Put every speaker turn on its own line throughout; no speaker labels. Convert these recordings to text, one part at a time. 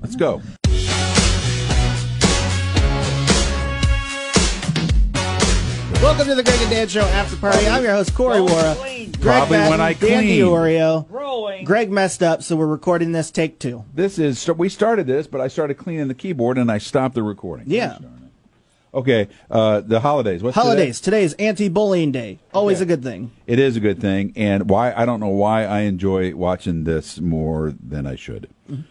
Let's go.
Welcome to the Greg and Dan Show After Party. I'm your host, Corey Wara. Greg
Probably when
Madden,
I
Dan
clean.
DiOrio.
Rolling.
Greg messed up, so we're recording this take two.
This is we started this, but I started cleaning the keyboard and I stopped the recording.
Yeah.
Okay. Uh, the holidays. What's today?
Holidays. Today is anti bullying day. Always a good thing.
It is a good thing, and why I don't know why I enjoy watching this more than I should.
Mm-hmm.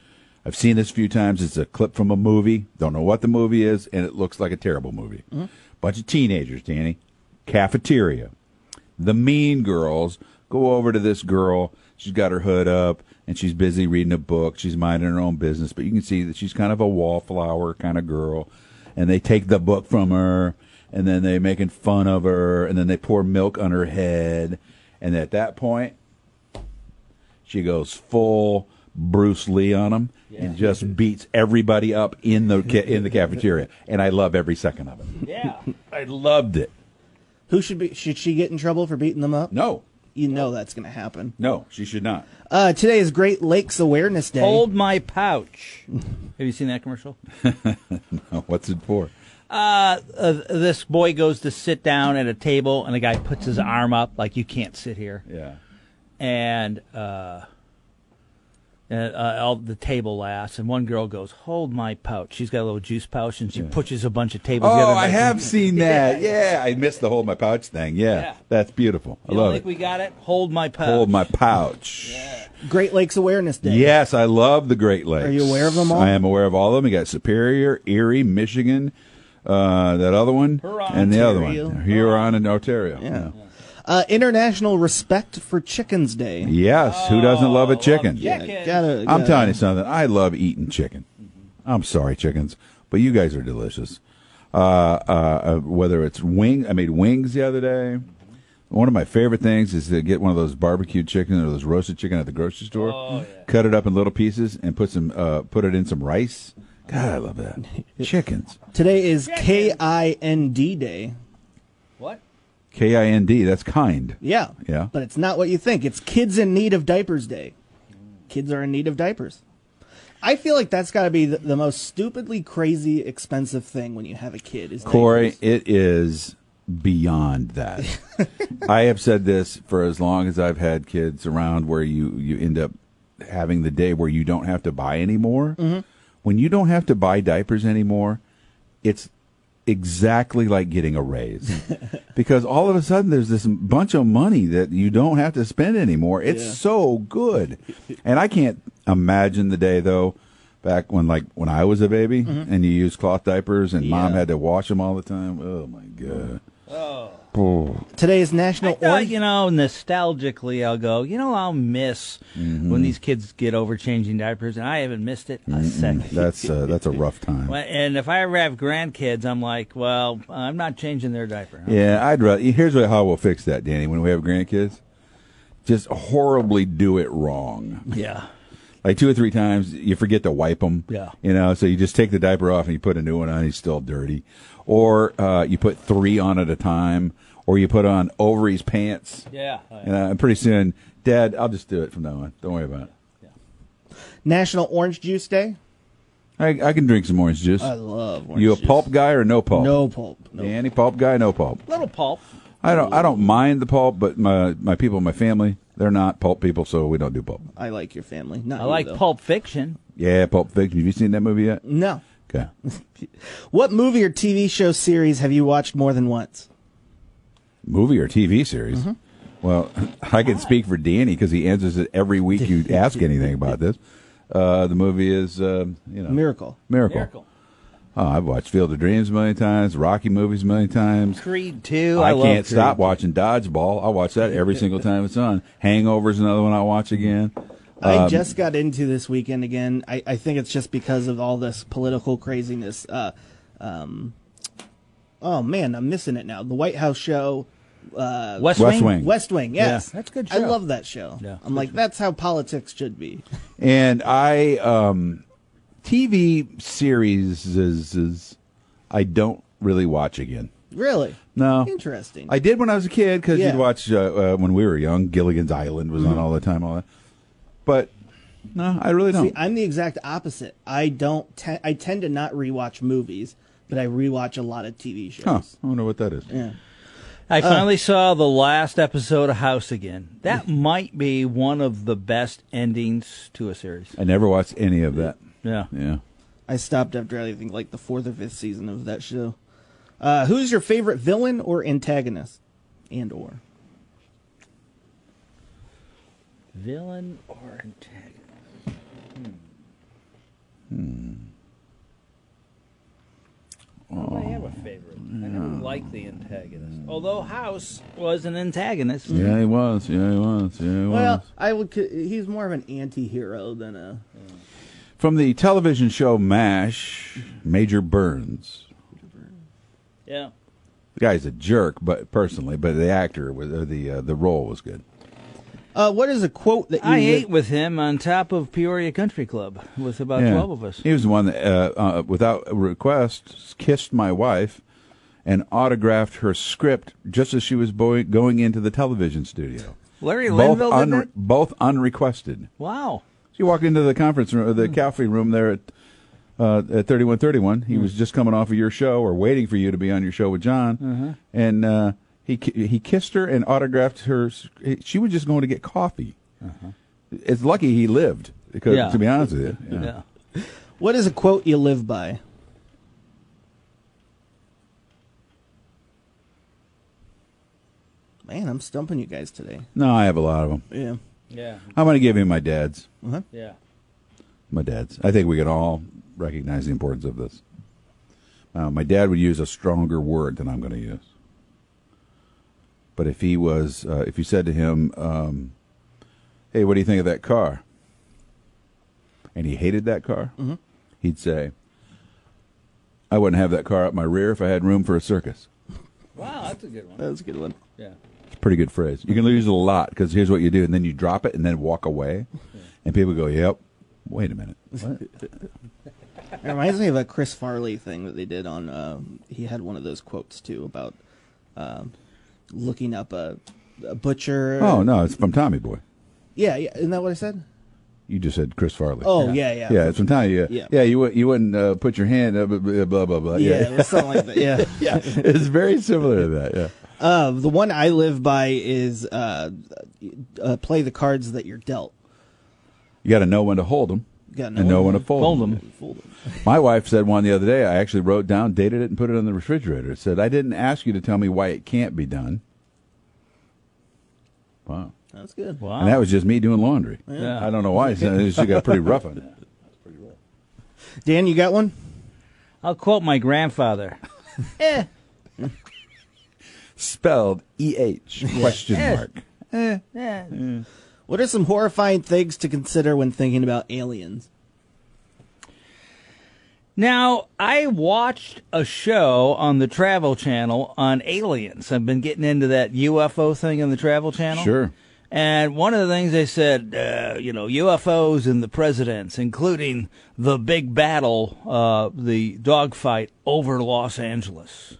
I've seen this a few times. It's a clip from a movie. Don't know what the movie is, and it looks like a terrible movie.
Mm-hmm.
Bunch of teenagers, Danny, cafeteria. The mean girls go over to this girl. She's got her hood up, and she's busy reading a book. She's minding her own business, but you can see that she's kind of a wallflower kind of girl. And they take the book from her, and then they're making fun of her, and then they pour milk on her head. And at that point, she goes full Bruce Lee on him and just beats everybody up in the ca- in the cafeteria. And I love every second of it.
Yeah.
I loved it.
Who should be? Should she get in trouble for beating them up?
No,
You know that's going to happen.
no, she should not.
Uh, today is Great Lakes Awareness Day.
Hold my pouch. Have you seen that commercial?
What's it for?
Uh, uh, this boy goes to sit down at a table, and the guy puts his arm up like you can't sit here,
Yeah.
and uh, and, uh, all the table laughs, and one girl goes, "Hold my pouch." She's got a little juice pouch, and she pushes a bunch of tables. the
Oh,
other
I
way.
have seen that. Yeah, I missed the hold my pouch thing. Yeah,
Yeah.
that's beautiful. I
You don't
love
think
it.
we uh, got it? Hold my pouch.
Hold my pouch.
Great Lakes Awareness Day.
Yes, I love the Great Lakes.
Are you aware of them all?
I am aware of all of them. We got Superior, Erie, Michigan, uh, that other one,
Huron,
and the other
Ontario.
one, Huron and Ontario.
Yeah. Uh, International Respect for Chickens Day.
Yes, who doesn't love a
love
chicken?
chicken.
Gotta-
I'm
gotta-
telling you something. I love eating chicken. I'm sorry, chickens, but you guys are delicious. Uh, uh, uh, whether it's wing, I made wings the other day. One of my favorite things is to get one of those barbecued chicken or those roasted chicken at the grocery store, cut it up in little pieces, and put some uh, put it in some rice. God, I love that. Chickens,
Today is K I N D Day.
What?
K I N D. That's kind.
Yeah.
Yeah.
But it's not what you think. It's Kids in Need of Diapers Day. Kids are in need of diapers. I feel like that's got to be the, the most stupidly crazy expensive thing when you have a kid. Is
Corey,
diapers.
it is beyond that. I have said this for as long as I've had kids around where you, you end up having the day where you don't have to buy anymore. When you don't have to buy diapers anymore, it's exactly like getting a raise because all of a sudden there's this bunch of money that you don't have to spend anymore. It's
Yeah.
so good. And I can't imagine the day though back when like when I was a baby and you used cloth diapers and mom
Yeah.
had to wash them all the time. Oh my god.
Today is National
Well,
Orange.
you know, nostalgically, I'll go, you know, I'll miss when these kids get over changing diapers, and I haven't missed it a second.
That's uh, that's a rough time.
Well, And if I ever have grandkids, I'm like, well, I'm not changing their diaper.
Yeah, I'd rather. Here's what, how we'll fix that, Danny. When we have grandkids, just horribly do it wrong.
Yeah.
Like two or three times, you forget to wipe them.
Yeah.
You know, so you just take the diaper off and you put a new one on. He's still dirty, or uh, you put three on at a time, or you put on ovaries pants.
Yeah.
And uh, pretty soon, Dad, I'll just do it from now on. Don't worry about it.
National Orange Juice Day.
I, I can drink some orange juice.
I love orange
you a
juice.
pulp guy or no pulp?
No pulp. No.
Danny, pulp guy, no pulp.
Little pulp.
I don't. I don't mind the pulp, but my my people, my family, they're not pulp people, so we don't do pulp.
I like your family. Not
I
you,
like
though.
Pulp Fiction.
Yeah, Pulp Fiction. Have you seen that movie yet?
No.
Okay.
What movie or TV show series have you watched more than once?
movie or TV series?
Mm-hmm.
Well, I can speak for Danny because he answers it every week. You ask anything about this. Uh, the movie is um, you know
Miracle.
Miracle.
Miracle.
Oh, I've watched Field of Dreams a million times, Rocky movies a million times.
Creed 2.
I,
I, love
can't
Creed.
stop watching Dodgeball. I watch that every single time it's on. Hangover's another one I watch again. Um,
I just got into this weekend again. I, I think it's just because of all this political craziness. Uh, um, oh man, I'm missing it now. The White House show, uh,
West,
West
Wing.
Wing.
West Wing. Yes,
Yeah, that's a good
I
show.
love that show.
Yeah.
I'm like, that's how politics should be.
And I um TV series is, is I don't really watch again.
Really?
No.
Interesting.
I did when I was a kid because
Yeah. Mm-hmm.
you'd watch uh, uh, when we were young. Gilligan's Island was on all the time, all that. But No, I really don't.
See, I'm the exact opposite. I don't. Te- I tend to not rewatch movies, but I rewatch a lot of TV shows.
huh. I wonder what that is.
Yeah.
I finally saw the last episode of House again. That might be one of the best endings to a series.
I never watched any of that.
Yeah.
Yeah.
I stopped after I think like the fourth or fifth season of that show. Uh, who's your favorite villain or antagonist, and or?
Villain or antagonist?
Hmm.
Hmm. I have a
Oh,
favorite. I never liked the antagonist. Although House was an antagonist.
Yeah, he was. Yeah, he was. Yeah, he
Well,
was.
I would. c- He's more of an anti-hero than a.
From the television show MASH, Major Burns.
Yeah.
The guy's a jerk, but personally, but the actor was or the uh, the role was good.
Uh, what is a quote that you
I ate with him on top of Peoria Country Club with about
Yeah.
12 of us.
He was the one that, uh, uh, without request, kissed my wife and autographed her script just as she was boi- going into the television studio.
Larry
Both,
Linville did that?
both unrequested.
Wow.
She walked into the conference room,
Hmm.
the cafe room there at uh, at thirty one thirty one. He
Hmm.
was just coming off of your show or waiting for you to be on your show with John,
Uh-huh.
and uh, he ki- he kissed her and autographed her. s- She was just going to get coffee. It's lucky he lived. Because,
Uh-huh. Yeah.
To be honest with you, yeah.
yeah.
What is a quote you live by? Man, I'm stumping you guys today.
no, I have a lot of them.
Yeah.
Yeah.
I'm going to give you my dad's.
Uh-huh.
Yeah.
My dad's. I think we can all recognize the importance of this. Uh, my dad would use a stronger word than I'm going to use. But if he was, uh, if you said to him, um, "Hey, what do you think of that car?" and he hated that car, he'd say, "I wouldn't have that car up my rear if I had room for a circus."
Wow, that's a good one.
Uh,
That was a good one.
Yeah.
It's a pretty good phrase. You can use it a lot because here's what you do, and then you drop it and then walk away, and people go, "Yep." Wait a minute. What?
It reminds me of a Chris Farley thing that they did on. Um, he had one of those quotes too about um, looking up a, a butcher.
Oh no, it's from Tommy Boy.
Yeah, yeah. Isn't that what I said?
You just said Chris Farley.
Oh yeah, yeah.
yeah, it's from Tommy. Yeah,
Yeah.
yeah. you would you wouldn't uh, put your hand up, blah blah blah. blah.
Yeah,
Uh,
it
Yeah,
was something like that. Yeah.
yeah. it's very similar to that. Yeah,
Uh, the one I live by is uh, uh, play the cards that you're dealt.
you got to know when to hold them
Got
and know when to fold,
Fold
'em.
'em.
Fold 'em.
My wife said one the other day. I actually wrote down, dated it, and put it in the refrigerator. It said, "I didn't ask you to tell me why it can't be done." Wow,
That's good.
Wow.
and that was just me doing laundry.
Yeah.
I don't know why. It said- She got pretty rough on that.
Dan, you got one?
I'll quote my grandfather.
Spelled E H question
Eh.
mark.
Yeah.
What are some horrifying things to consider when thinking about aliens?
Now, I watched a show on the Travel Channel on aliens. I've been getting into that UFO thing on the Travel Channel.
Sure.
And one of the things they said, uh, you know, UFOs and the presidents, including the big battle, uh, the dogfight over Los Angeles.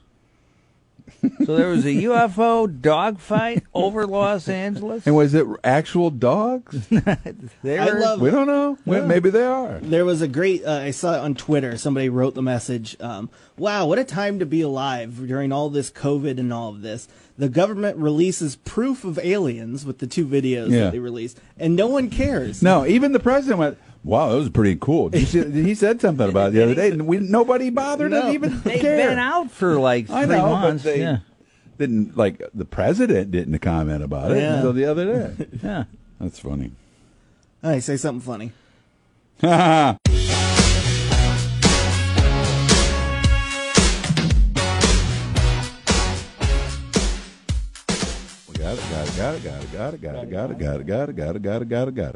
so there was a UFO dogfight over Los Angeles.
And was it actual dogs?
They
I
were-
love-
We don't know. Well, Maybe they are.
There was a great, uh, I saw it on Twitter. Somebody wrote the message, um, wow, what a time to be alive during all this COVID and all of this. The government releases proof of aliens with the two videos
Yeah.
that they released, and no one cares.
No, even the president went, "Wow, that was pretty cool." Did you see- he said something about it the other day, and we, nobody bothered to
No.
even
They've
care.
been out for like three
I know,
months.
but they
yeah.
didn't like the president didn't comment about it
Yeah.
until the other day.
yeah.
That's funny.
All right, say something funny.
We got it, got it, got it, got it, got it, got it, got it, got it, got it, got it, got it, got it, got it.